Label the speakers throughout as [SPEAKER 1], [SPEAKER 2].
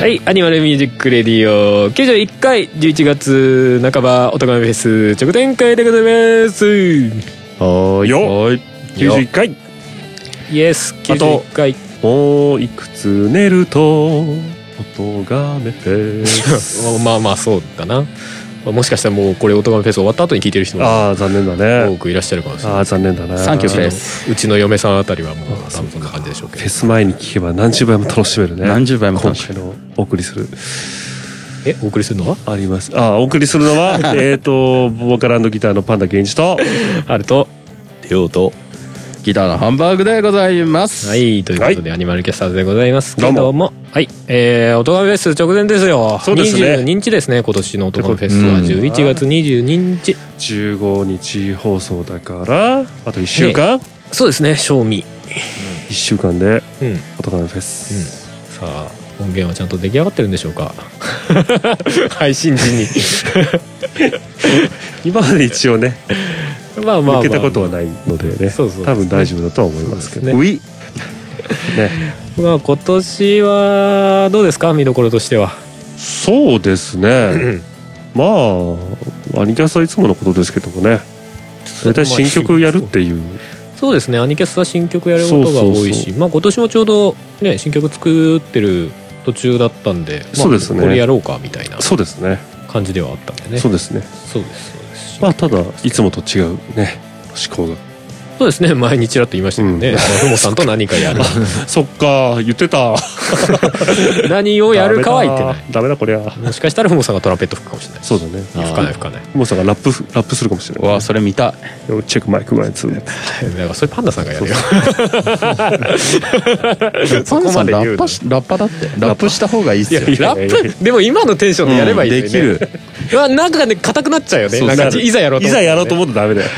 [SPEAKER 1] はい、アニマルミュージックレディオ91回11月半ばおとがめフェス直前会でございます
[SPEAKER 2] はーい
[SPEAKER 3] よ
[SPEAKER 2] はーい
[SPEAKER 3] 91回
[SPEAKER 1] イエス
[SPEAKER 3] あと
[SPEAKER 1] 91回
[SPEAKER 2] もういくつ寝ると音がめて
[SPEAKER 1] まあまあそうだなまあもしかしたらもうこれおとがめフェス終わった後に聞いてる人も
[SPEAKER 2] ああ残念だ
[SPEAKER 1] 多
[SPEAKER 2] ね
[SPEAKER 1] くいらっしゃるかもしれ
[SPEAKER 2] あ
[SPEAKER 1] ない
[SPEAKER 2] あ残念だね
[SPEAKER 4] サンキューフェス
[SPEAKER 1] うちの嫁さんあたりはもう
[SPEAKER 2] あ
[SPEAKER 1] 多分そんな感じでしょうけ
[SPEAKER 2] フ
[SPEAKER 1] ど
[SPEAKER 2] ェス前に聞けば何十倍も楽しめるね
[SPEAKER 4] 何十倍も楽しめ
[SPEAKER 2] 今回のお送りする
[SPEAKER 1] えお送りするのは
[SPEAKER 2] ありますああお送りするの はえっとボーカルギターのパンダ源氏と
[SPEAKER 1] あると
[SPEAKER 4] りょうとギターのハンバーグでございます
[SPEAKER 1] はいということで、アニマルキャスターズでございますけども
[SPEAKER 2] どう
[SPEAKER 1] はいえー、おとがめフェス直前ですよ
[SPEAKER 2] そうですね
[SPEAKER 1] 22日ですね今年のおとがめフェスは
[SPEAKER 4] うん
[SPEAKER 1] 11月22日、
[SPEAKER 2] 15日放送だからあと1週間
[SPEAKER 1] そうですね賞味
[SPEAKER 2] 1週間で
[SPEAKER 1] うん
[SPEAKER 2] 音がめフェス
[SPEAKER 1] さあ音源はちゃんと出来上がってるんでしょうか配信時に
[SPEAKER 2] 今まで一応ね
[SPEAKER 1] まあまあ、まあ、
[SPEAKER 2] 抜けたことはないのでね
[SPEAKER 1] そうそう
[SPEAKER 2] 多分大丈夫だとは思いますけど
[SPEAKER 1] そう
[SPEAKER 2] ういね
[SPEAKER 1] まあ今年はどうですか見どころとしては
[SPEAKER 2] そうですねまあアニキャスはいつものことですけどもね大体新曲やるっていう
[SPEAKER 1] そうですねアニキャスは新曲やることが多いし
[SPEAKER 2] そうそう
[SPEAKER 1] まあ今年もちょうどね新曲作ってる途中だったんで、まあ
[SPEAKER 2] そうですね
[SPEAKER 1] これやろうかみたいな
[SPEAKER 2] そうですね
[SPEAKER 1] 感じではあったんでね
[SPEAKER 2] そうですね
[SPEAKER 1] そうですそうです
[SPEAKER 2] まあただいつもと違うね思考が
[SPEAKER 1] そうですね前にちらっと言いましたけどね
[SPEAKER 2] うん
[SPEAKER 1] まあふもさんと何かや る
[SPEAKER 2] そっか言ってた
[SPEAKER 1] 何をやるかは言ってない
[SPEAKER 2] ダメだダメだこりゃ
[SPEAKER 1] もしかしたらふもさんがトランペット吹くかもしれない
[SPEAKER 2] そうだね
[SPEAKER 4] あー
[SPEAKER 1] 吹かない吹かない
[SPEAKER 2] もうさんがラップラップするかもしれ
[SPEAKER 4] う
[SPEAKER 2] ない
[SPEAKER 4] わそれ見たい
[SPEAKER 2] チェックマイクぐらいつ
[SPEAKER 1] だからそれパンダさんがやるよそ
[SPEAKER 4] パン
[SPEAKER 1] こ
[SPEAKER 4] さ
[SPEAKER 1] ま
[SPEAKER 4] ん
[SPEAKER 1] で
[SPEAKER 4] ラ
[SPEAKER 1] 言う
[SPEAKER 4] ッ
[SPEAKER 1] の
[SPEAKER 4] パしラッパだってラップした方がいいっすよ
[SPEAKER 2] いや
[SPEAKER 1] ラップでも今のテンションでやればいいのにね
[SPEAKER 4] うんで
[SPEAKER 1] うわなんかね硬くなっちゃうよね
[SPEAKER 4] そうそう
[SPEAKER 1] なんかいざやろうと
[SPEAKER 2] い
[SPEAKER 1] 思っ
[SPEAKER 2] ざ
[SPEAKER 1] て
[SPEAKER 2] やろうと思うとダメだよ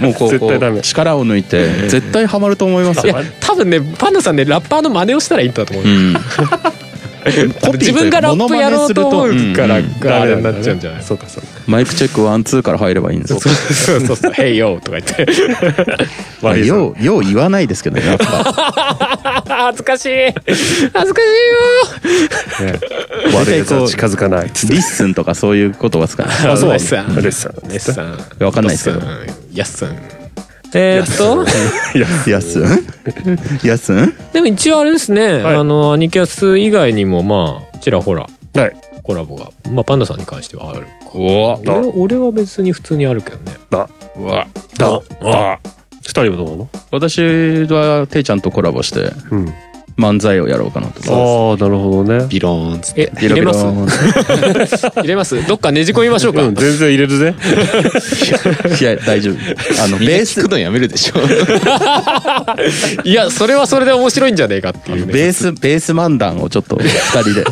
[SPEAKER 4] もうこう
[SPEAKER 2] 絶
[SPEAKER 4] こ
[SPEAKER 2] 対ダメ
[SPEAKER 4] う力を抜いて絶対ハマると思います
[SPEAKER 1] い
[SPEAKER 4] よ
[SPEAKER 1] や多分ねパンダさんねラッパーの真似をしたらいいんだと思う、
[SPEAKER 4] うん
[SPEAKER 1] 自分がラップやろうと思うから
[SPEAKER 4] うん
[SPEAKER 1] からあれになっちゃうんじゃない、
[SPEAKER 2] そうかそうか
[SPEAKER 4] マイクチェックワンツーから入ればいいんですよ
[SPEAKER 1] そうそうそうそう「ヘイヨー」とか言って
[SPEAKER 4] まあ
[SPEAKER 2] 悪いぞ
[SPEAKER 4] ようよう言わないですけどねや っぱ
[SPEAKER 1] 恥ずかしい恥ずかしいよ
[SPEAKER 2] ね
[SPEAKER 4] 絶
[SPEAKER 2] 悪い
[SPEAKER 4] 対こう
[SPEAKER 2] 奴は近づかない
[SPEAKER 4] リッスンとかそういうことはすかね
[SPEAKER 1] あそうレ
[SPEAKER 2] レッ
[SPEAKER 1] ッ
[SPEAKER 2] サ
[SPEAKER 1] サ
[SPEAKER 2] ン
[SPEAKER 1] ン
[SPEAKER 2] レッサン
[SPEAKER 1] ネッサン
[SPEAKER 4] わかんないですけど
[SPEAKER 1] ドッサンヤッサンえーっと
[SPEAKER 4] やっすんやっすん
[SPEAKER 1] でも一応あれですね、
[SPEAKER 2] はい
[SPEAKER 1] あのアニキャス以外にもまあちらほら
[SPEAKER 2] はい
[SPEAKER 1] コラボがまあパンダさんに関してはある
[SPEAKER 4] お
[SPEAKER 2] な
[SPEAKER 1] 俺俺は別に普通にあるけどね
[SPEAKER 2] だ
[SPEAKER 4] わ
[SPEAKER 2] だあ二人はどうなの
[SPEAKER 4] 私はていちゃんとコラボして
[SPEAKER 2] うん
[SPEAKER 4] 漫才をやろうかなと
[SPEAKER 2] ああなるほどね
[SPEAKER 3] ビローンっつって
[SPEAKER 1] え入れます 入れますどっかねじ込みましょうか、
[SPEAKER 2] うん全然入れるぜ
[SPEAKER 4] いや大丈夫あの
[SPEAKER 3] みんな
[SPEAKER 4] ベー
[SPEAKER 3] 聞
[SPEAKER 4] ス
[SPEAKER 3] くのやめるでしょ
[SPEAKER 1] いやそれはそれで面白いんじゃねえかっていうね
[SPEAKER 4] ベースベース漫談をちょっと二人で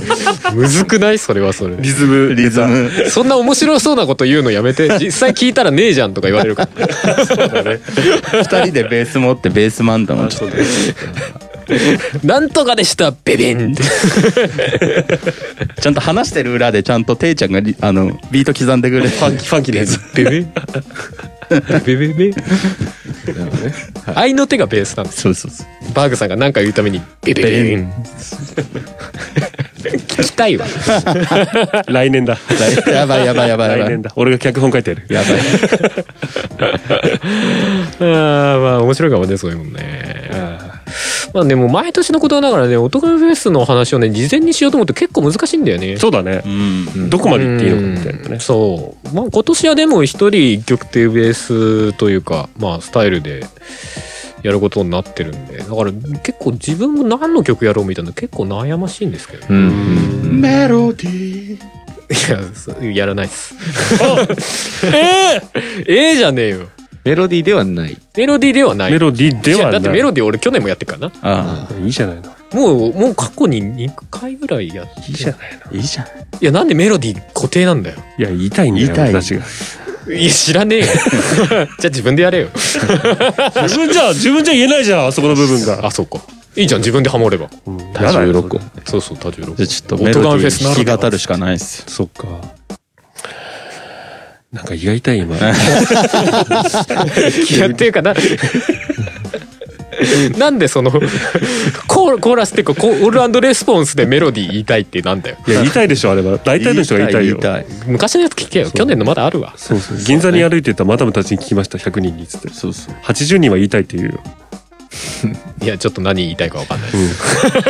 [SPEAKER 1] むずくないそれはそれ
[SPEAKER 2] リズム
[SPEAKER 4] リズム
[SPEAKER 1] そんな面白そうなこと言うのやめて実際聞いたらねえじゃんとか言われるから
[SPEAKER 4] 二人でベース持ってベース漫談をちょっと
[SPEAKER 1] なんとかでしたベベンって
[SPEAKER 4] ちゃんと話してる裏でちゃんとていちゃんがリあのビート刻んでくれるファンキーファンキーです
[SPEAKER 1] ベベンベベベ愛の手がベースなんです
[SPEAKER 4] そうそうそう
[SPEAKER 1] バーグさんが何か言うためにベベベン聞きたいわ
[SPEAKER 2] 来年 だ
[SPEAKER 4] やばいやばいやばいやばい
[SPEAKER 2] 来年だ俺が脚本書いてやる
[SPEAKER 4] やばい
[SPEAKER 1] あーまあ面白いかもねそういうもんねまあでも毎年のことながらねおとがめフェスの話をね事前にしようと思うと結構難しいんだよね
[SPEAKER 2] そうだね
[SPEAKER 4] うん
[SPEAKER 2] どこまで行っていいのかみたいな
[SPEAKER 1] うん
[SPEAKER 2] ね
[SPEAKER 1] そう、まあ、今年はでも一人一曲っていうベースというかまあスタイルでやることになってるんでだから結構自分も何の曲やろうみたいなの結構悩ましいんですけど、
[SPEAKER 4] メロデ
[SPEAKER 1] い
[SPEAKER 4] ィー
[SPEAKER 1] やそうやらないっすえ えええじゃねえよ
[SPEAKER 3] メロディーではない
[SPEAKER 1] メロディーではない
[SPEAKER 2] メロディーで
[SPEAKER 1] いや
[SPEAKER 2] は
[SPEAKER 1] だっ
[SPEAKER 2] ない
[SPEAKER 1] てメロディー俺去年もやってるからない
[SPEAKER 2] いじゃないの
[SPEAKER 1] もうもう過去に2回ぐらいやって
[SPEAKER 2] いいじゃないの
[SPEAKER 4] いいじゃん
[SPEAKER 1] いやなんでメロディー固定なんだよ
[SPEAKER 2] いや言いたいんだよ
[SPEAKER 4] 言いたい
[SPEAKER 2] 私が
[SPEAKER 1] いや、知らねえよ。じゃあ自分でやれよ。
[SPEAKER 2] 自分じゃ、自分じゃ言えないじゃん、あそこの部分が。
[SPEAKER 1] あ、そうか。いいじゃん、自分でハモれば。
[SPEAKER 2] うん
[SPEAKER 4] 多重録音。
[SPEAKER 1] そうそう、多重
[SPEAKER 4] じ
[SPEAKER 1] 録
[SPEAKER 4] ゃあ
[SPEAKER 1] 音。
[SPEAKER 4] ちょっとメロディーに弾き語るしかないっすよ。
[SPEAKER 2] そっか。なんか胃が痛い今。
[SPEAKER 1] いや、っていうかな。なんでそのコーコーラスっていうかコールレスポンスでメロディー言いたいってなんだよ
[SPEAKER 2] いや、痛いでしょ、あれは。大体の人が痛いよ。
[SPEAKER 4] 痛い。
[SPEAKER 1] 昔のやつ聞けよ去年のまだあるわ
[SPEAKER 2] そうそう。銀座に歩いてたマダムたちに聞きました、100人に、つって。
[SPEAKER 4] そうそう。
[SPEAKER 2] 80人は言いたいって言うよ。
[SPEAKER 1] いやちょっと何言いたいか分かんない
[SPEAKER 2] うん。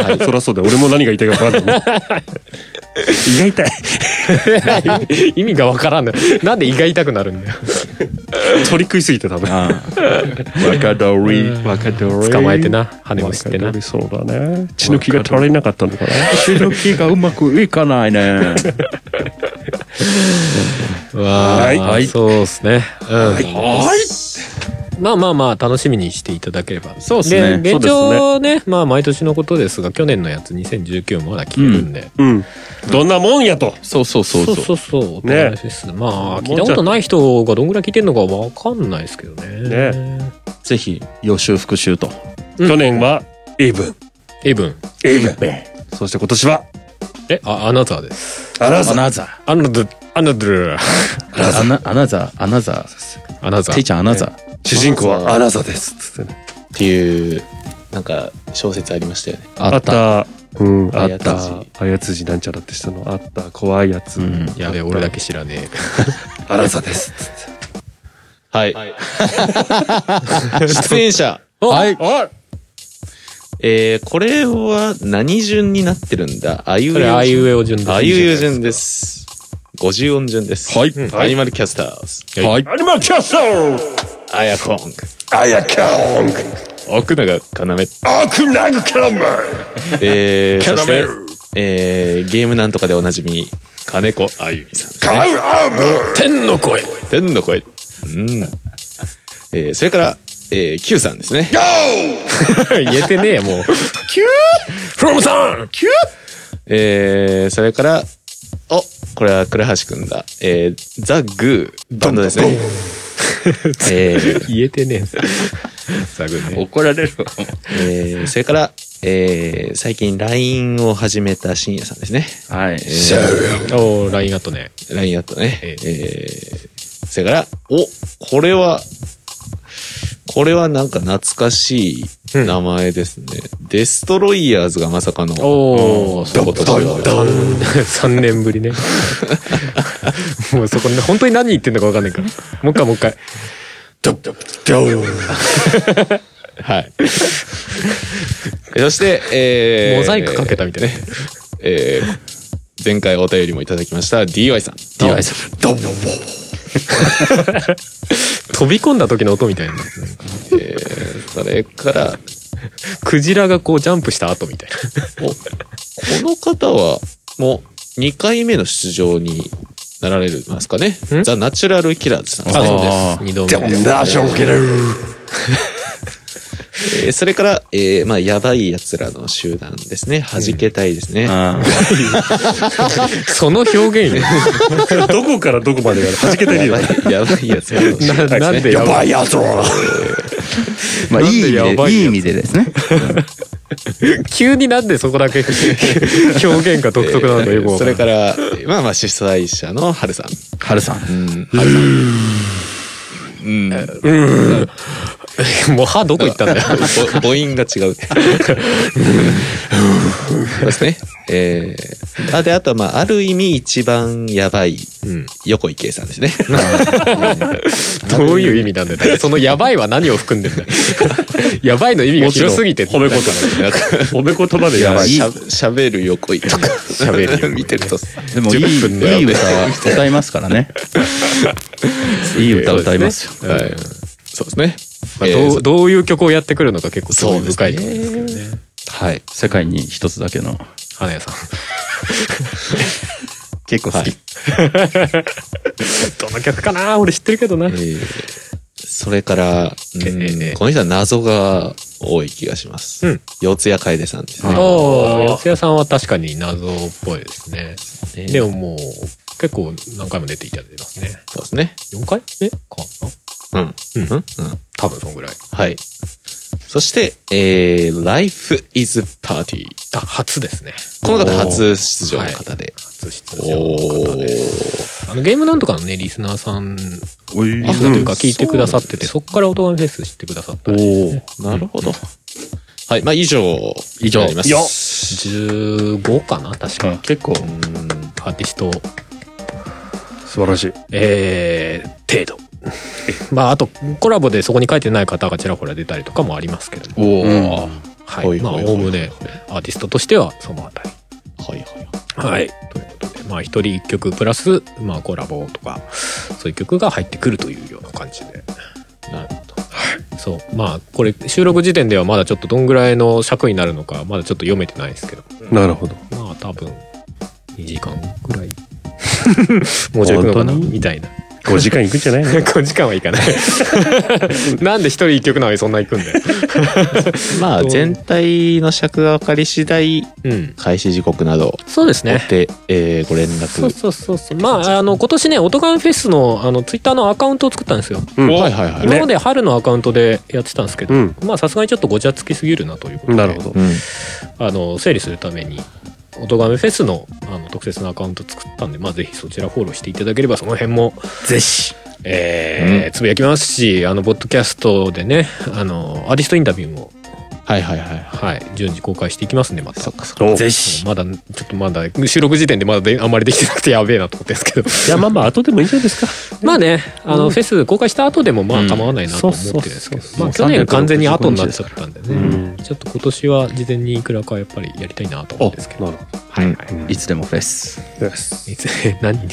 [SPEAKER 2] はい、そらそうだよ。俺も何が言いたいか分か んないもん。胃が痛い。
[SPEAKER 1] 意味がわからんのなんで胃が痛くなるんだよ
[SPEAKER 2] 取り食いすぎて多分。
[SPEAKER 4] ああ。若どり。
[SPEAKER 2] 若鳥
[SPEAKER 1] 捕まえてな羽を知ってな
[SPEAKER 2] 若鳥そうだね。血の気が足りなかったのかな。
[SPEAKER 4] 血の気がうまくいかないね。
[SPEAKER 1] わあ、
[SPEAKER 2] はい
[SPEAKER 1] そうですねうん、まあまあまあ楽しみにしていただければ
[SPEAKER 4] そうっすね
[SPEAKER 1] で
[SPEAKER 2] そう
[SPEAKER 1] 現
[SPEAKER 2] で
[SPEAKER 1] 状
[SPEAKER 2] すね
[SPEAKER 1] ねまあ毎年のことですが去年のやつ2019もまだ聞けるんで、
[SPEAKER 2] うん。どんなもんやと。
[SPEAKER 4] そうそうそう
[SPEAKER 1] そう
[SPEAKER 4] そう。
[SPEAKER 1] そうそう。ね。ま
[SPEAKER 2] ね
[SPEAKER 1] あ、聞いたことない人がどんぐらい聞いてるのかわかんないですけどね。
[SPEAKER 4] ぜひ予習復習と。
[SPEAKER 1] うん
[SPEAKER 2] 去年は、エイブン。
[SPEAKER 1] エイブン。
[SPEAKER 2] エイブン。そして今年は、
[SPEAKER 1] え、あ、アナザーです。
[SPEAKER 2] アナザ
[SPEAKER 4] ア
[SPEAKER 2] ー。
[SPEAKER 4] ナザー。
[SPEAKER 1] アナザー、アナザー。
[SPEAKER 4] アナアナザー。アナザ
[SPEAKER 1] アナザ
[SPEAKER 4] ー。て
[SPEAKER 1] ー。
[SPEAKER 4] いちゃんアナザー。
[SPEAKER 2] 主人公はアナザーです。つってね。
[SPEAKER 3] ていう、なんか、小説ありましたよね。
[SPEAKER 4] あ
[SPEAKER 2] あっ。た。うん、あ
[SPEAKER 3] あ
[SPEAKER 2] っ
[SPEAKER 3] やつじ
[SPEAKER 2] た。あやつじなんちゃらってしたの。あった。怖いやつ。
[SPEAKER 4] うん
[SPEAKER 1] やべえ、俺だけ知らね
[SPEAKER 2] アナザーです。つって
[SPEAKER 3] はい。出演者。
[SPEAKER 4] はい。
[SPEAKER 2] あ
[SPEAKER 3] えー、これは何順になってるんだあい
[SPEAKER 1] え。
[SPEAKER 3] う
[SPEAKER 1] こ
[SPEAKER 3] え
[SPEAKER 1] れ、
[SPEAKER 3] お
[SPEAKER 1] あいう
[SPEAKER 3] 順。
[SPEAKER 1] えお順で
[SPEAKER 3] あいうえお順です。50音順です。
[SPEAKER 4] はい
[SPEAKER 3] うんアニマルキャスターズ。
[SPEAKER 4] はい。
[SPEAKER 2] アニマルキャスター
[SPEAKER 3] アヤコング。
[SPEAKER 2] アヤキャオン
[SPEAKER 3] 奥永要。
[SPEAKER 2] アクナグキャメ
[SPEAKER 3] えー、
[SPEAKER 2] キャ
[SPEAKER 3] そ
[SPEAKER 2] ラ
[SPEAKER 3] し
[SPEAKER 2] メ
[SPEAKER 3] て
[SPEAKER 2] ル、
[SPEAKER 3] えー、ゲームなんとかでおなじみ、金子あゆみさんですね。
[SPEAKER 2] カウアム
[SPEAKER 1] 天の声。
[SPEAKER 3] 天の声。うん。えー、それから、えー、Q さんですね。
[SPEAKER 1] 言えてねえよ、もう。
[SPEAKER 2] フロムさん
[SPEAKER 3] えー、それから、おこれは倉橋くんだ。えー、ザ・グー、バンドですね。 えー
[SPEAKER 1] 言えてねえ。サグね。
[SPEAKER 4] 怒られる。
[SPEAKER 3] えー、それから、えー、最近 LINE を始めた深夜さんですね。
[SPEAKER 4] はい。
[SPEAKER 3] えー、
[SPEAKER 1] おー、ラインアットね。
[SPEAKER 3] LINE アットね。
[SPEAKER 1] え
[SPEAKER 3] えー、それから、おこれは、これはなんか懐かしい名前ですね。デストロイヤーズがまさかの、
[SPEAKER 1] おー、
[SPEAKER 3] そういうことだよ
[SPEAKER 1] ドン 3年ぶりね。もうそこね、本当に何言ってんのかわかんないから。もう一回もう一回。
[SPEAKER 3] はい。 そして、えー、
[SPEAKER 1] モザイクかけたみたいな。
[SPEAKER 3] えー、前回お便りもいただきました DY さん。
[SPEAKER 4] DY さん。
[SPEAKER 1] 飛び込んだ時の音みたいな。
[SPEAKER 3] えー、それから、
[SPEAKER 1] クジラがこうジャンプした後みたい
[SPEAKER 3] おこの方は、もう、2回目の出場になられますかね
[SPEAKER 1] ん。
[SPEAKER 3] ザ・ナチュラル・キラーズさんです
[SPEAKER 1] な。
[SPEAKER 4] あ
[SPEAKER 3] ね。
[SPEAKER 4] そうで
[SPEAKER 1] 二
[SPEAKER 4] す
[SPEAKER 1] 度目です。
[SPEAKER 2] ナーションキル
[SPEAKER 3] えーそれから、えー、まあ、やばい奴らの集団ですね。弾けたいですね。
[SPEAKER 4] あ
[SPEAKER 1] その表現よ。
[SPEAKER 2] どこからどこまでやる弾けてる
[SPEAKER 3] や
[SPEAKER 2] よ
[SPEAKER 3] ばい。、やばい奴らの集団。
[SPEAKER 1] ななんでやばい。
[SPEAKER 2] いやつら
[SPEAKER 4] まあ、いい意味
[SPEAKER 1] なんでやばいやつ
[SPEAKER 4] で、いい意味でですね。
[SPEAKER 1] 急になんでそこだけ 表現が独特なのかよくわ
[SPEAKER 3] そ
[SPEAKER 1] かんな
[SPEAKER 3] れ
[SPEAKER 1] い
[SPEAKER 3] から、えーまあまあ、主催者の春 さん。
[SPEAKER 4] はるさん。
[SPEAKER 3] うん。春さん。うん。
[SPEAKER 1] もう歯どこ行ったんだよ。
[SPEAKER 3] ぼ母音が違う。そうですね。えー、あ、で、あとは、まあ、ある意味一番やばい、
[SPEAKER 1] うん
[SPEAKER 3] 横井圭さんですね。
[SPEAKER 1] どういう意味 なんだよ。そのやばいは何を含んでん だよ。やばいの意味が広すぎて。
[SPEAKER 2] 褒め言
[SPEAKER 3] なんか
[SPEAKER 2] 葉。褒め言葉でやばい。
[SPEAKER 4] い
[SPEAKER 3] しゃ喋る横井とか。
[SPEAKER 1] 喋る横 井
[SPEAKER 3] 見てると。
[SPEAKER 4] でも、いい、い
[SPEAKER 1] 10分で
[SPEAKER 4] い歌は歌いますから ね。いい歌歌いますよ。
[SPEAKER 3] はい。そうですね。
[SPEAKER 1] まあ
[SPEAKER 3] えー
[SPEAKER 1] どうどういう曲をやってくるのか結構興味深いとこ
[SPEAKER 3] そう
[SPEAKER 1] ろで
[SPEAKER 3] ですす
[SPEAKER 1] よ
[SPEAKER 3] ね
[SPEAKER 1] ね。
[SPEAKER 4] はい。世界に一つだけの。
[SPEAKER 1] 花屋さん。
[SPEAKER 4] 結構好き。
[SPEAKER 1] どの曲かな俺知ってるけどな。
[SPEAKER 3] えーそれから、うん
[SPEAKER 1] えー
[SPEAKER 3] この人は謎が多い気がします。
[SPEAKER 1] うん
[SPEAKER 3] 四谷楓さんですね。
[SPEAKER 1] おお、四谷さんは確かに謎っぽいですね。
[SPEAKER 3] ね
[SPEAKER 1] でももう、結構何回も出ていただいてますね。
[SPEAKER 3] そうですね。
[SPEAKER 1] 4回目かな
[SPEAKER 3] う
[SPEAKER 1] う
[SPEAKER 3] ん。
[SPEAKER 1] ん
[SPEAKER 3] うん。うん。
[SPEAKER 1] 多分そんぐらい。
[SPEAKER 3] はい。そして、えー、Life is Party。
[SPEAKER 1] あ、初ですね。
[SPEAKER 3] この方初出場の方で。
[SPEAKER 1] 初出場の方
[SPEAKER 3] お
[SPEAKER 1] で。
[SPEAKER 3] ー。
[SPEAKER 1] あの、ゲームなんとかのね、リスナーさん
[SPEAKER 4] おい
[SPEAKER 1] リスナーというか
[SPEAKER 3] うん
[SPEAKER 1] 聞いてくださってて、そ
[SPEAKER 3] そ
[SPEAKER 1] っからオトガメフェス知ってくださった
[SPEAKER 2] お
[SPEAKER 1] らしいですね。
[SPEAKER 2] ー
[SPEAKER 3] なるほど。はい。まあ、以上。
[SPEAKER 4] 以上
[SPEAKER 3] になります。
[SPEAKER 4] よ
[SPEAKER 1] 15かな確か。
[SPEAKER 4] うん結構
[SPEAKER 3] うん
[SPEAKER 1] アーティスト、
[SPEAKER 2] 素晴らしい。
[SPEAKER 1] えー、程度。まあ、あと、コラボでそこに書いてない方がちらほら出たりとかもありますけども。
[SPEAKER 3] お
[SPEAKER 4] ー
[SPEAKER 1] は
[SPEAKER 3] ほい
[SPEAKER 1] い。まあ、
[SPEAKER 3] ほい
[SPEAKER 1] おおむね、アーティストとしてはそのあたり。
[SPEAKER 3] はいはい。
[SPEAKER 1] はい。ということで、まあ、一人一曲プラス、まあ、コラボとか、そういう曲が入ってくるというような感じで。
[SPEAKER 3] なるほど。
[SPEAKER 1] そう。まあ、これ、収録時点ではまだちょっとどんぐらいの尺になるのか、まだちょっと読めてないですけど、
[SPEAKER 2] なるほど。
[SPEAKER 1] まあ、多分、2時間ぐらい。 もうちょい行くのかな
[SPEAKER 2] 本当に
[SPEAKER 1] み たいな。
[SPEAKER 2] 5時間いくんじゃ ないの
[SPEAKER 1] 5時間はいか ない。なんで一人一曲なのにそんな行くんだよ。
[SPEAKER 3] まあ、全体の尺が分かり次第、
[SPEAKER 1] うん。
[SPEAKER 3] 開始時刻など、
[SPEAKER 1] そうです
[SPEAKER 3] 追
[SPEAKER 1] ね
[SPEAKER 3] っ。て、えー、ご連絡。
[SPEAKER 1] そうそうそうそう。まあ、あの、今年ね、オトガンフェスの、あの、ツイッターのアカウントを作ったんですよ。
[SPEAKER 2] うん
[SPEAKER 3] はいはいはい。
[SPEAKER 1] 今まで春のアカウントでやってたんですけど、
[SPEAKER 2] うん
[SPEAKER 1] まあさすがにちょっとごちゃつきすぎるなということで
[SPEAKER 2] なるほど。
[SPEAKER 3] うん。
[SPEAKER 1] あの整理するためにおとがめフェスのあの特設のアカウント作ったんで、まあ、ぜひそちらフォローしていただければその辺も、
[SPEAKER 4] ぜひ
[SPEAKER 1] えー
[SPEAKER 3] うん
[SPEAKER 1] つぶやきますしあのポッドキャストでねあのアーティストインタビューも、
[SPEAKER 3] はいはいはい。
[SPEAKER 1] はい、順次公開していきますんでまた
[SPEAKER 3] そっかそっ
[SPEAKER 2] お
[SPEAKER 4] ぜ
[SPEAKER 2] い
[SPEAKER 4] ひ
[SPEAKER 1] まだちょっとまだ収録時点でまだであんまりできてなくてやべえなと思ってるんですけど
[SPEAKER 2] や、まあまあ、後でもいいんじゃないですか。
[SPEAKER 1] まあねあの、フェス公開した後でもま
[SPEAKER 4] う
[SPEAKER 1] あ
[SPEAKER 4] ん
[SPEAKER 1] 構わないなと思ってるんですけど、
[SPEAKER 2] そうそうそう
[SPEAKER 1] まあ去年完全に後になっちゃったんでね、
[SPEAKER 2] うん。
[SPEAKER 1] ちょっと今年は事前にいくらかやっぱりやりたいなと
[SPEAKER 2] あ、
[SPEAKER 1] 思う
[SPEAKER 2] なんる
[SPEAKER 1] ですけ
[SPEAKER 2] ほ
[SPEAKER 1] ど。
[SPEAKER 2] ど。
[SPEAKER 3] はいはい。
[SPEAKER 2] うん
[SPEAKER 4] いつでもフェス
[SPEAKER 1] いつ 何
[SPEAKER 4] い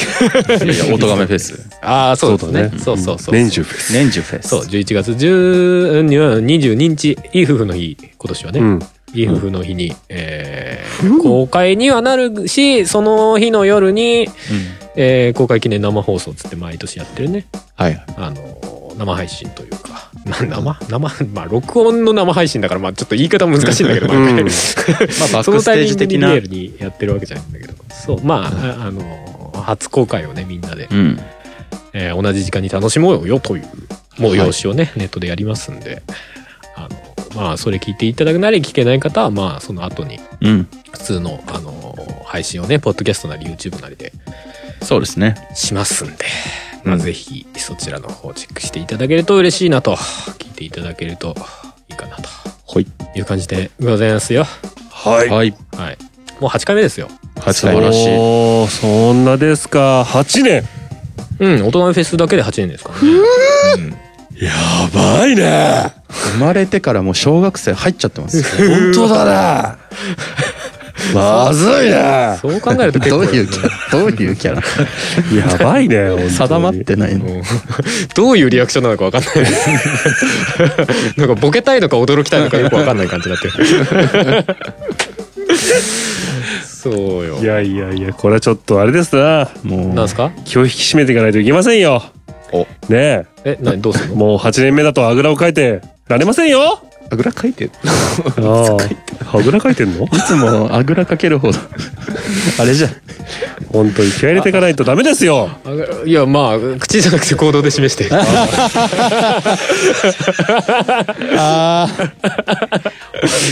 [SPEAKER 4] やいや音がめフェス
[SPEAKER 1] ああ、そうです
[SPEAKER 2] だ
[SPEAKER 1] ね。そうそうそう。
[SPEAKER 2] 年中フェス。
[SPEAKER 4] 年中フェス
[SPEAKER 1] そう、11月10には22日、いい夫婦の日、今年はね、
[SPEAKER 2] うん。
[SPEAKER 1] いい夫婦の日に、えー公開にはなるし、その日の夜に、
[SPEAKER 4] うん
[SPEAKER 1] えー公開記念生放送つって毎年やってるね、
[SPEAKER 3] はい。
[SPEAKER 1] あのー生配信というか、な生生、まあ、録音の生配信だから、まあ、ちょっと言い方難しいんだけど、毎回
[SPEAKER 2] うん
[SPEAKER 4] まあバ
[SPEAKER 1] そ
[SPEAKER 4] ッ
[SPEAKER 1] の
[SPEAKER 4] クス
[SPEAKER 1] タイミ
[SPEAKER 4] テー
[SPEAKER 1] ン
[SPEAKER 4] ジ
[SPEAKER 1] グに
[SPEAKER 4] 的
[SPEAKER 1] リ
[SPEAKER 4] な
[SPEAKER 1] アルにやってるわけじゃないんだけどそうまあ、ああの初公開をねみんなで、
[SPEAKER 4] うん
[SPEAKER 1] えー同じ時間に楽しもうよというもう用紙をね、ネットでやりますんであのまあそれ聞いていただくなり聞けない方はまあその後に
[SPEAKER 4] うん
[SPEAKER 1] 普通のあの配信をねポッドキャストなり YouTube なりで
[SPEAKER 4] そうですね
[SPEAKER 1] しますんで、まあ、ぜひそちらの方をチェックしていただけると嬉しいなと聞いていただけるといいかなと
[SPEAKER 3] ほい。
[SPEAKER 1] いう感じでございますよ
[SPEAKER 2] はい。
[SPEAKER 4] はい
[SPEAKER 1] はいもう8回目ですよ
[SPEAKER 3] 8
[SPEAKER 4] 素晴らしい
[SPEAKER 2] おーそんなですか。8年。
[SPEAKER 1] うん、大人のフェスだけで8年ですからね。
[SPEAKER 2] やばいね。
[SPEAKER 4] 生まれてからもう小学生入っちゃってますよ
[SPEAKER 2] 本当だね。まずいね。や
[SPEAKER 1] そう考えると結
[SPEAKER 4] ど
[SPEAKER 1] 構
[SPEAKER 4] ういうキャラどういうキャラ
[SPEAKER 2] ばいね。本当に
[SPEAKER 4] 定まってないの
[SPEAKER 1] うんどういうリアクションなのか分 かんないです。なんかボケたいのか驚きたいのかよく分かんない感じになってる。そうよ
[SPEAKER 2] い。やいやいや、これはちょっとあれですな。
[SPEAKER 4] もう
[SPEAKER 1] なんすか
[SPEAKER 2] 気を引き締めていかないといけませんよ。
[SPEAKER 3] お
[SPEAKER 2] ね
[SPEAKER 1] え、などうする
[SPEAKER 2] え、
[SPEAKER 1] の
[SPEAKER 2] もう8年目だとあぐらをかいてられません よ。
[SPEAKER 3] あぐらかいてる。
[SPEAKER 2] ああ、あぐらかいてん の
[SPEAKER 4] いつもあぐらかけるほどあれじゃん
[SPEAKER 2] 本当に気合い入れていかないとダメです よ。
[SPEAKER 1] あいや、まあ、口じゃなくて行動で示して。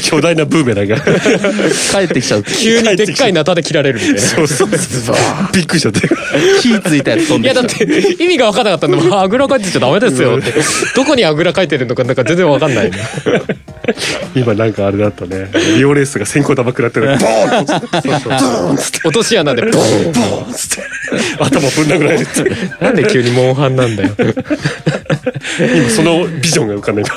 [SPEAKER 2] 巨大なブーメランが。
[SPEAKER 4] 帰ってきちゃう
[SPEAKER 1] 急にでっかいナタで切られるみたいな。
[SPEAKER 2] びっくりしちゃ って。
[SPEAKER 4] 火ついたやつ飛ん
[SPEAKER 1] い
[SPEAKER 4] で
[SPEAKER 1] や
[SPEAKER 4] き
[SPEAKER 1] だ
[SPEAKER 4] た
[SPEAKER 1] って意味が分からなかったんで、もうあぐらかいてちゃダメですよって。どこにあぐらかいてるのかなんか全然分かんないね。
[SPEAKER 2] 今なんかあれだったね。リオレースが先行玉くらってる。ボーンボーンっつって。
[SPEAKER 1] 落とし穴でボーン
[SPEAKER 2] ボ ーンっつって。頭ぶん殴られるって。
[SPEAKER 1] なんで急にモンハンなんだよ。
[SPEAKER 2] 今そのビジョンが浮かん でる。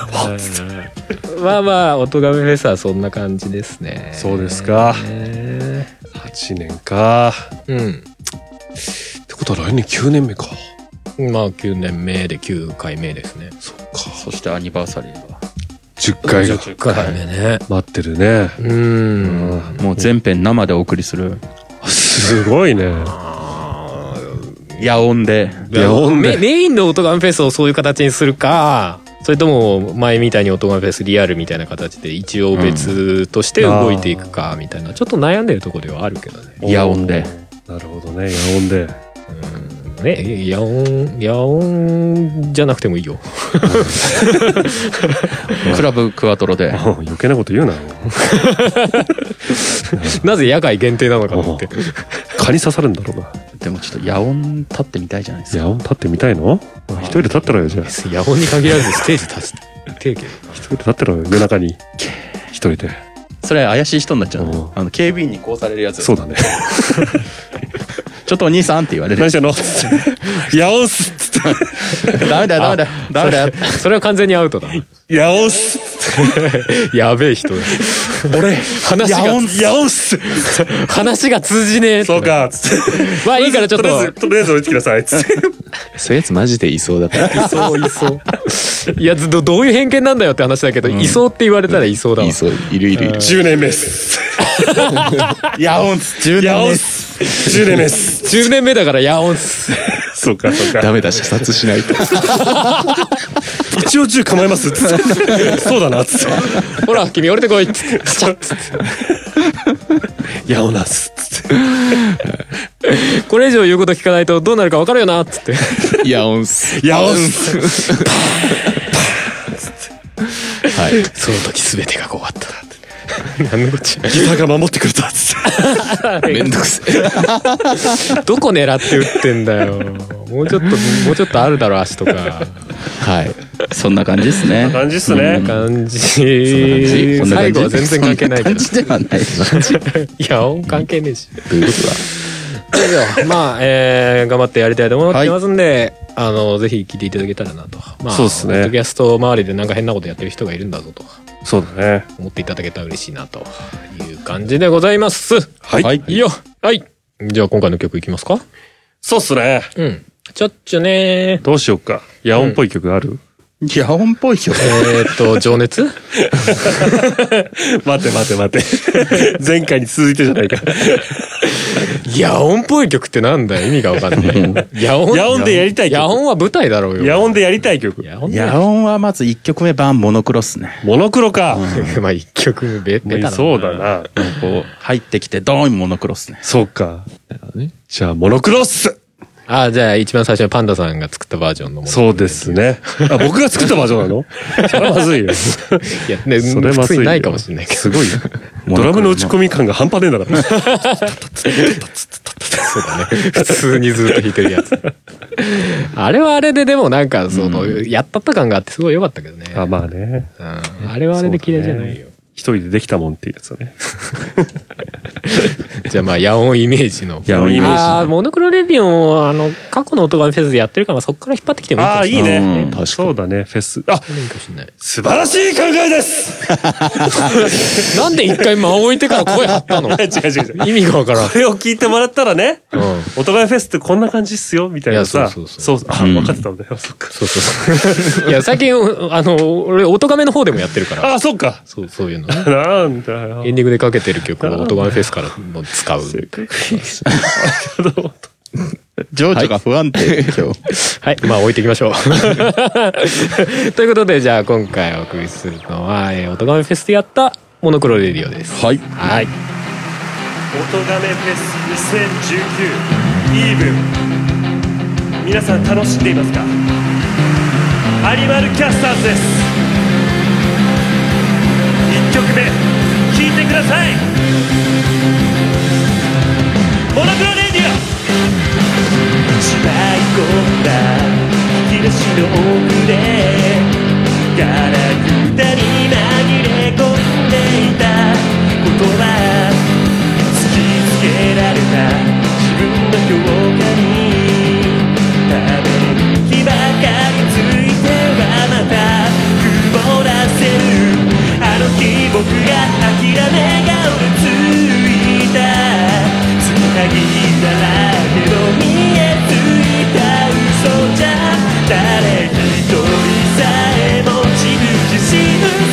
[SPEAKER 1] まあまあ、おとがめフェスはそんな感じですね。
[SPEAKER 2] そうですか
[SPEAKER 1] ね
[SPEAKER 2] 8年か。ってことは来年9年目か。
[SPEAKER 1] うん。まあ、9年目で9回目ですね。
[SPEAKER 2] そっか。
[SPEAKER 4] そしてアニバーサリーは
[SPEAKER 2] 10回が
[SPEAKER 1] 10回目ね。
[SPEAKER 2] 待ってるね。
[SPEAKER 1] うん。
[SPEAKER 4] もう全編生でお送りする
[SPEAKER 2] すごいね。
[SPEAKER 4] 夜音で
[SPEAKER 2] いやほん
[SPEAKER 1] メ
[SPEAKER 2] で
[SPEAKER 1] メインのおとがめフェスをそういう形にするか、それとも前みたいにおとがめフェスリアルみたいな形で一応別として動いていくかみたいな、ちょっと悩んでるところではあるけどね。
[SPEAKER 4] 夜音で
[SPEAKER 2] なるほどね、夜音で。
[SPEAKER 1] ね、ヤオン、ヤオンじゃなくてもいいよ。
[SPEAKER 4] クラブクワトロで。
[SPEAKER 2] もう余計なこと言うな。
[SPEAKER 1] なぜ野外限定なのかと思って。
[SPEAKER 2] 蚊に刺さるんだろうな。
[SPEAKER 4] でもちょっと野音立ってみたいじゃないです
[SPEAKER 2] い
[SPEAKER 4] か。
[SPEAKER 2] や、立ってみたいの一人で立ってろよ、じゃあ。一
[SPEAKER 1] ヤオンに限らずステージ立つ。定型
[SPEAKER 2] 人で立ってろよ、夜中に。一人で。
[SPEAKER 4] それ怪しい人になっちゃうね
[SPEAKER 2] うん。
[SPEAKER 4] あの、警備員にこうされるやつ。
[SPEAKER 2] そうだね。
[SPEAKER 4] ちょっとお兄さんって言われる
[SPEAKER 2] 何。してんのつってヤオスつっ
[SPEAKER 4] ダメだよ、ダメだよ、ダメだよ。
[SPEAKER 1] そ れは完全にアウトだ。
[SPEAKER 2] て。ヤオス
[SPEAKER 1] やべえ 人だ。
[SPEAKER 2] 俺、
[SPEAKER 1] 話が
[SPEAKER 2] ヤオンヤオス
[SPEAKER 1] 話が通じねえ。
[SPEAKER 2] そうか、つって。
[SPEAKER 1] まあいいからちょっ
[SPEAKER 2] とりあえず、
[SPEAKER 1] と。
[SPEAKER 2] とりあえず降りてきなさい、つって。
[SPEAKER 3] そういうやつマジでいそうだから。
[SPEAKER 1] いそう、いそう。いや、どどういう偏見なんだよって話だけど、いそうって言われたらいそうだわ。
[SPEAKER 3] いそう、いるいるいる。
[SPEAKER 2] 10年目っす。
[SPEAKER 4] 野音っす、10
[SPEAKER 2] ヤ
[SPEAKER 4] 年
[SPEAKER 2] オ
[SPEAKER 4] 目。
[SPEAKER 2] ス !10 年目っす。
[SPEAKER 1] 10年目だからヤオンっす。
[SPEAKER 2] そうか、そうか。
[SPEAKER 3] ダメだ、射殺しないと。
[SPEAKER 2] 一応銃構えますつって。そうだな、つって。
[SPEAKER 1] ほら、君降りてこいっつって。シャッつっ
[SPEAKER 2] ヤオナスつって。
[SPEAKER 1] てこれ以上言うこと聞かないとどうなるか分かるよなっつって。
[SPEAKER 3] いや、オンス。
[SPEAKER 2] ヤオス
[SPEAKER 3] はい。
[SPEAKER 1] その時全てが終わった。何のこっち
[SPEAKER 2] ギターが守ってくれた、つって。
[SPEAKER 1] ゃ。
[SPEAKER 3] めんどくせえ。
[SPEAKER 1] どこ狙って打ってんだよ。もうちょっと、もうちょっとあるだろ、足とか。
[SPEAKER 3] はい。
[SPEAKER 4] そんな感じですね。
[SPEAKER 2] 感じっすね。
[SPEAKER 1] 感じ。
[SPEAKER 4] こんな
[SPEAKER 1] 最後
[SPEAKER 4] 感じ
[SPEAKER 1] は全然関係ないけど。
[SPEAKER 4] そんな感じではないです。
[SPEAKER 1] いや、音関係ねえし。
[SPEAKER 3] ということだ。
[SPEAKER 1] それでは、まあ、えー、頑張ってやりたいと思ってますんで、あの、ぜひ聞いていただけたらなと。まあ、
[SPEAKER 2] そうっすね
[SPEAKER 1] ポッドキャスト周りでなんか変なことやってる人がいるんだぞと
[SPEAKER 2] そうだね。
[SPEAKER 1] 思っていただけたら嬉しいなという感じでございます。
[SPEAKER 2] はい
[SPEAKER 4] はい
[SPEAKER 1] いいよはいじゃあ今回の曲いきますか
[SPEAKER 2] そうっすね。
[SPEAKER 1] うん。ちょっちょね
[SPEAKER 2] どうしようか。野音っぽい曲ある、
[SPEAKER 4] 野音っぽいよ。
[SPEAKER 1] えーっ と、情熱
[SPEAKER 2] 待って待って待って。 前回に続いてじゃないか。
[SPEAKER 1] 野音っぽい曲ってなんだよ意味がわかん ない。野音
[SPEAKER 2] 野音でやりたい曲
[SPEAKER 1] 野音は舞台だろうよ。
[SPEAKER 2] 野音でやりたい曲。
[SPEAKER 1] 野音
[SPEAKER 4] 野音はまず1曲目版モノクロっすね。
[SPEAKER 2] モノクロか。
[SPEAKER 1] まあ一曲べ、
[SPEAKER 2] も
[SPEAKER 1] ベ
[SPEAKER 2] う
[SPEAKER 1] タな。
[SPEAKER 2] そうだ。な。
[SPEAKER 4] こう、入ってきてドーンモノクロっすね。
[SPEAKER 2] そうか。
[SPEAKER 3] ね
[SPEAKER 2] じゃあ、モノクロっす
[SPEAKER 1] ああ、じゃあ一番最初にパンダさんが作ったバージョンのもの。
[SPEAKER 2] そうですね。あ、僕が作ったバージョンな のそれはまず い
[SPEAKER 1] い
[SPEAKER 2] よ。
[SPEAKER 1] や、ね、
[SPEAKER 2] それま
[SPEAKER 1] 普通
[SPEAKER 2] ずいよ
[SPEAKER 1] にないかもしれないけど。
[SPEAKER 2] すごいよ。ドラムの打ち込み感が半端ねえんだから。
[SPEAKER 1] そうだね。 普通にずっと弾いてるやつ。あれはあれで、でもなんか、その、やったった感があってすごい良かったけどね。
[SPEAKER 2] あ、 まあね。
[SPEAKER 1] うんあれはあれで嫌いじゃないよ。
[SPEAKER 2] 一人でできたもんっていうやつだね。
[SPEAKER 1] じゃあまあ、野音イメージの。
[SPEAKER 2] 野音イメージ
[SPEAKER 1] ああ、モノクロレディオンを、あの、過去の音がフェスでやってるから、そっから引っ張ってきてもいいか
[SPEAKER 2] あ
[SPEAKER 1] も
[SPEAKER 2] あ、
[SPEAKER 1] し
[SPEAKER 2] い
[SPEAKER 1] れ
[SPEAKER 2] い
[SPEAKER 1] ない。
[SPEAKER 2] ね
[SPEAKER 3] うん。確かに
[SPEAKER 2] そうだね、フェス。あ、
[SPEAKER 1] いいかもしれない。
[SPEAKER 2] 素晴らしい考えです
[SPEAKER 1] なんで一回間を置いてから声張ったの
[SPEAKER 2] 違う違う違う。
[SPEAKER 1] 意味がわからん。
[SPEAKER 2] これを聞いてもらったらね、
[SPEAKER 1] うん。
[SPEAKER 2] お互いフェスってこんな感じっすよ、みたいなさ。
[SPEAKER 1] いやそうそう
[SPEAKER 2] そうあ、
[SPEAKER 4] うん
[SPEAKER 2] 分かってたんだよ。そっか。
[SPEAKER 1] そうそうそう。いや、最近、あの、俺、音亀の方でもやってるから。
[SPEAKER 2] あ、そうか。
[SPEAKER 1] そう、そういうの。
[SPEAKER 2] なんだよ。
[SPEAKER 1] エンディングでかけてる曲を音亀フェスからも使う。
[SPEAKER 4] 情緒が不安定、今日。
[SPEAKER 1] はい、まあ置いていきま しょう。ということで、じゃあ今回お送りするのは、えー、音亀フェスでやったモノクロレディオです。
[SPEAKER 4] はい。
[SPEAKER 1] はい。
[SPEAKER 2] 音ガメフェス2019イーブン皆さん楽しんでいますかアニマルキャスターズです1曲目聴いてくださいモノクロレディオ
[SPEAKER 5] しまい込んだ引き出しの奥でガラクタに紛れ込んでいた言葉突きつけられた自分の評価にため息ばかりついてはまた曇らせるあの日僕が諦め顔でついたつなぎだらけの見えついた嘘じゃ誰一人さえも自分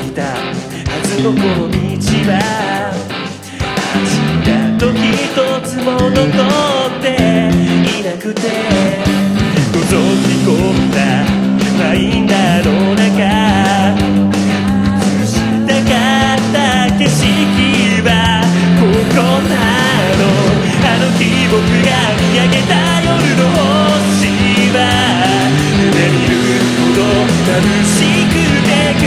[SPEAKER 5] のこの道は死んだと一つも残っていなくて覗き込んだファインダーの中映したかった景色はここなのあの日僕が見上げた夜の星は夢見るほど眩しくて苦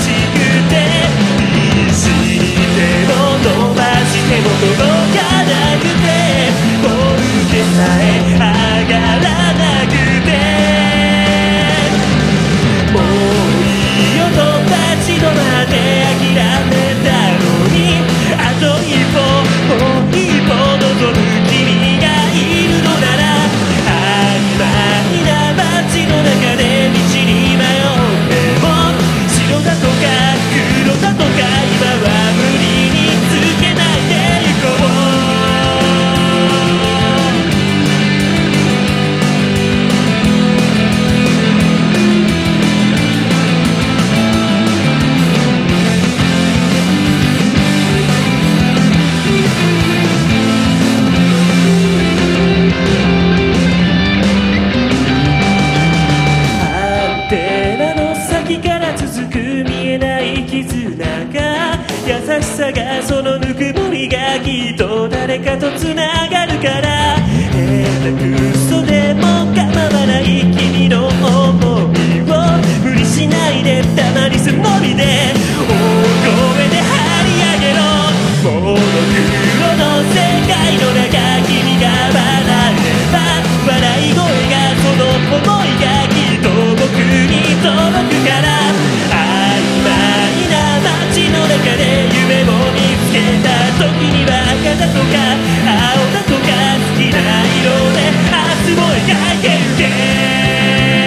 [SPEAKER 5] しくて必死に手を伸ばしても届かなくてボルケさえ上がらなくてもういいよと立ち止まって諦めたのにあと一歩もう一歩望む君がいるのなら曖昧な街の中で道に迷っても白だとか黒だとか今は無理につけないでいこうアンテナの先から続く見えない絆が優しさがそのぬくもりがきっと誰かとつながるから変なクソでも構わない君の思いを無理しないでたまに素振りで大声で張り上げろモノクロの世界の中君が笑えば笑い声がその想いがきっと僕に届くから曖昧な街の中で夢を見つけた時には赤だとか青だとか好きな色で明日も描いてゆけ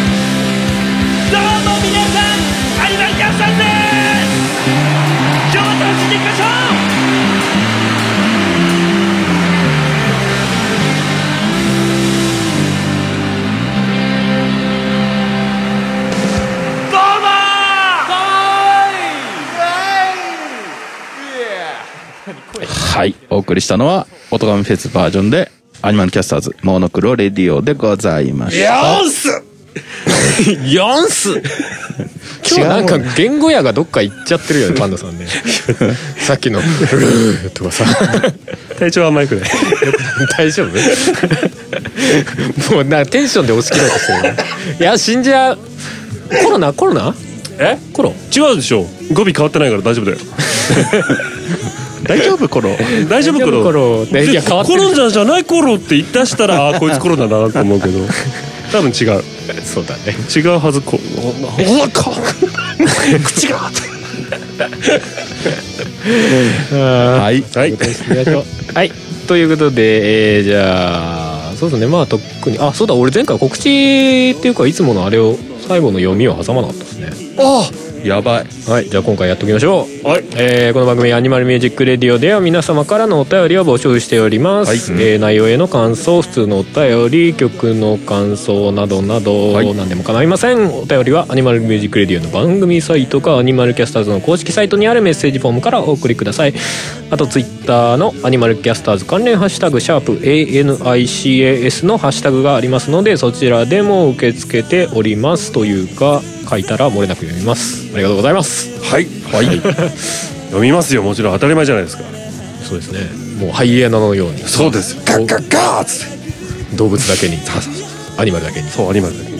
[SPEAKER 2] どうも皆さんアニマルキャスターズです今日も楽しんでいきましょうどうも
[SPEAKER 4] はい。お送りしたのは、オトガメフェスバージョンで、アニマルキャスターズ、モノクロレディオでございました。
[SPEAKER 1] ヨンス今日なんか言語やがどっか行っちゃって るよねパンダさんねさっきの「ルー」とかさ
[SPEAKER 2] 体調はあんまよくない
[SPEAKER 1] 大丈夫 もうなんかテンションで押し切ろうとしてるいや死んじゃうコロナコロナ
[SPEAKER 2] え
[SPEAKER 1] コロ
[SPEAKER 2] 違うでしょ語尾変わってないから大丈夫だよ
[SPEAKER 4] 大丈夫コロ。
[SPEAKER 2] 大丈夫コロ
[SPEAKER 1] コロねいや変わって
[SPEAKER 2] コ
[SPEAKER 1] る
[SPEAKER 2] ロナじゃないコロって言い出したらあーこいつコロナだなと思うけど多分違う
[SPEAKER 1] そうだね
[SPEAKER 2] 違うはずこおおか口が
[SPEAKER 4] は
[SPEAKER 2] はい
[SPEAKER 4] い。
[SPEAKER 1] はいということで、えーじゃあそうですねまあ特にあそうだ俺前回告知っていうかいつものあれを最後の読みを挟まなかったですね
[SPEAKER 4] やばい。
[SPEAKER 1] はいじゃあ今回やっておきましょう
[SPEAKER 2] はい
[SPEAKER 1] えーこの番組「アニマルミュージック・レディオ」では皆様からのお便りを募集しております、えー内容への感想普通のお便り曲の感想などなど、
[SPEAKER 4] はい
[SPEAKER 1] 何でも構いませんお便りはアニマルミュージック・レディオの番組サイトかアニマルキャスターズの公式サイトにあるメッセージフォームからお送りくださいあとツイッターのアニマルキャスターズ関連ハッシュタグシャープ ANICAS のハッシュタグがありますのでそちらでも受け付けておりますというか書いたら漏れなく読みますありがとうございます
[SPEAKER 2] はいはい読みますよもちろん当たり前じゃないですか
[SPEAKER 1] そうですねもうハイエナのように
[SPEAKER 2] そうですガッガッガーッつって
[SPEAKER 1] 動物だけにアニマルだけに
[SPEAKER 2] そうアニマルだけに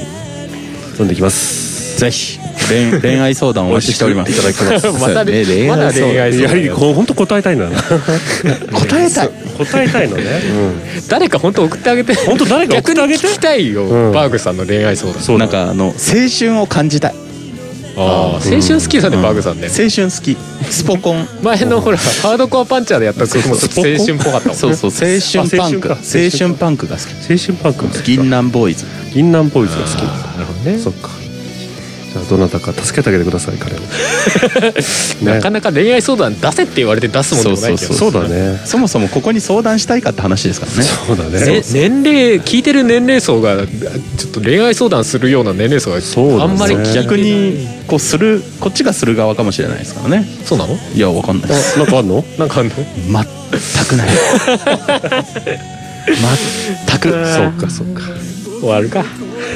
[SPEAKER 2] 飛んできます
[SPEAKER 4] ぜひ、恋 恋愛相談をお待ちしております。いただきます
[SPEAKER 1] また
[SPEAKER 4] ね、恋
[SPEAKER 1] まだ
[SPEAKER 4] 愛相
[SPEAKER 1] 恋
[SPEAKER 4] 談。
[SPEAKER 1] 愛相
[SPEAKER 2] やはり
[SPEAKER 1] 談
[SPEAKER 2] こう本当答えたいんだな
[SPEAKER 4] 答えたい。
[SPEAKER 2] 答えたいのね、
[SPEAKER 1] 誰か本当送ってあげて
[SPEAKER 2] 本当誰か送ってあげて
[SPEAKER 1] 逆に聞きたいよ、
[SPEAKER 2] うん
[SPEAKER 1] バーグさんの恋愛相談
[SPEAKER 2] そう
[SPEAKER 4] な
[SPEAKER 2] だ
[SPEAKER 4] んかあの青春を感じたい
[SPEAKER 1] ああ青春好きだね、バーグさんね
[SPEAKER 4] 青春好きスポコン
[SPEAKER 1] 前のほらハードコアパンチャーでやった曲もちょっと青春っぽかったもんね
[SPEAKER 4] そうそう青春パンク
[SPEAKER 2] あ
[SPEAKER 4] 青
[SPEAKER 2] 青春か
[SPEAKER 4] 春パンクが好
[SPEAKER 2] 青春パンクが好
[SPEAKER 4] き銀杏ボーイズ
[SPEAKER 2] き銀杏ボーイズが好き
[SPEAKER 1] あーなるほどね
[SPEAKER 2] そっか
[SPEAKER 6] じゃあどなたか助けてあげてください彼 をね
[SPEAKER 1] なかなか恋愛相談出せって言われて出すもんでもないけど
[SPEAKER 4] そう
[SPEAKER 6] そうだね
[SPEAKER 4] そもそもここに相談したいかって話ですからね
[SPEAKER 6] そうだ
[SPEAKER 1] ね
[SPEAKER 6] ね
[SPEAKER 1] 年齢聞いてる年齢層がちょっと恋愛相談するような年齢層
[SPEAKER 6] そう
[SPEAKER 1] が
[SPEAKER 6] だ
[SPEAKER 1] あ
[SPEAKER 6] ね
[SPEAKER 1] んまり聞いてない
[SPEAKER 4] 逆にこうするこっちがする側かもしれないですからね
[SPEAKER 1] そうなの
[SPEAKER 4] いやわかんないです
[SPEAKER 6] あなんかあんの
[SPEAKER 1] なんかあんの
[SPEAKER 4] 全くない全くそうかそうか
[SPEAKER 1] 終わるか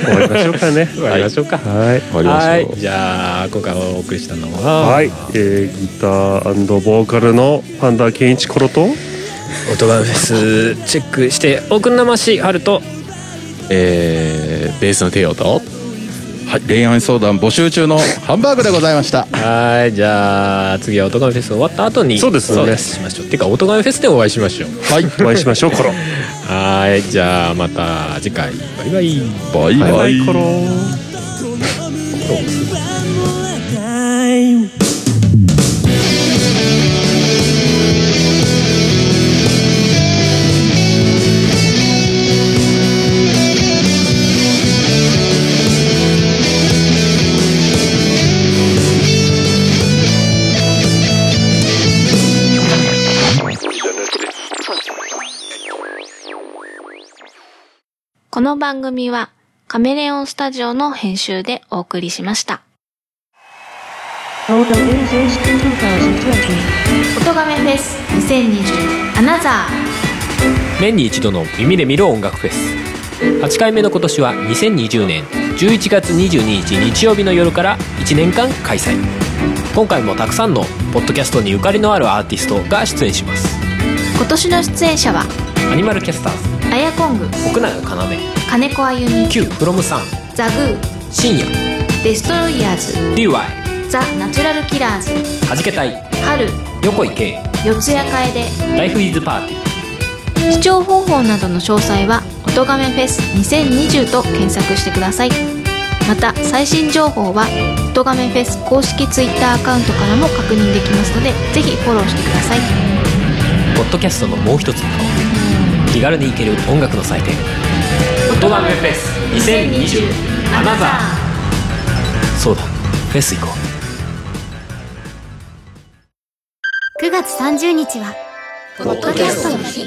[SPEAKER 6] 終わりましょうかね
[SPEAKER 1] 終わりましょうか
[SPEAKER 6] はい
[SPEAKER 4] 終わりましょう
[SPEAKER 1] はいじゃあ今回お送りしたのは
[SPEAKER 6] はい、えーギターボーカルのパンダケンイチコロと
[SPEAKER 1] 音がフェスチェックして奥生し春と
[SPEAKER 3] えー、ベースの帝王と
[SPEAKER 4] はい恋愛相談募集中のハンバーグでございました
[SPEAKER 1] はいじゃあ次は音がフェス終わった後に
[SPEAKER 6] そうですね
[SPEAKER 1] しましょうてか音がフェスでお会いしましょう
[SPEAKER 6] はいお会いしましょうコロ
[SPEAKER 1] はいじゃあまた次回バイバイ
[SPEAKER 4] バイバイ、
[SPEAKER 6] コロ
[SPEAKER 7] この番組はカメレオンスタジオの編集でお送りしました。
[SPEAKER 8] Total Insist 2020.
[SPEAKER 7] 音亀フェス2020アナザー
[SPEAKER 9] 年に一度の耳で見る音楽フェス8回目の今年は2020年11月22日日曜日の夜から1年間開催今回もたくさんのポッドキャストにゆかりのあるアーティストが出演します
[SPEAKER 7] 今年の出演者は
[SPEAKER 9] アニマルキャスターズ
[SPEAKER 7] アヤコング、
[SPEAKER 9] 奥永要
[SPEAKER 7] 金子あゆみ、
[SPEAKER 9] Q フロムサン
[SPEAKER 7] ザグー、
[SPEAKER 9] 深夜
[SPEAKER 7] デストロイヤー
[SPEAKER 9] DY は
[SPEAKER 7] ズ、ザ・ナチュラルキラーズ、
[SPEAKER 9] じけたい
[SPEAKER 7] 春、
[SPEAKER 9] 横井圭
[SPEAKER 7] 四谷楓、
[SPEAKER 9] ライフイズパーティー
[SPEAKER 7] 視聴方法などの詳細は「音亀フェス2020」と検索してくださいまた最新情報は「音亀フェス」公式 Twitter アカウントからも確認できますのでぜひフォローしてください
[SPEAKER 9] ポッドキャストのもう一つの顔気軽に行ける音楽の祭典「音メフェス2020アナザー」そうだフェス行こう
[SPEAKER 10] 9月30日は、ポッドキャストの日。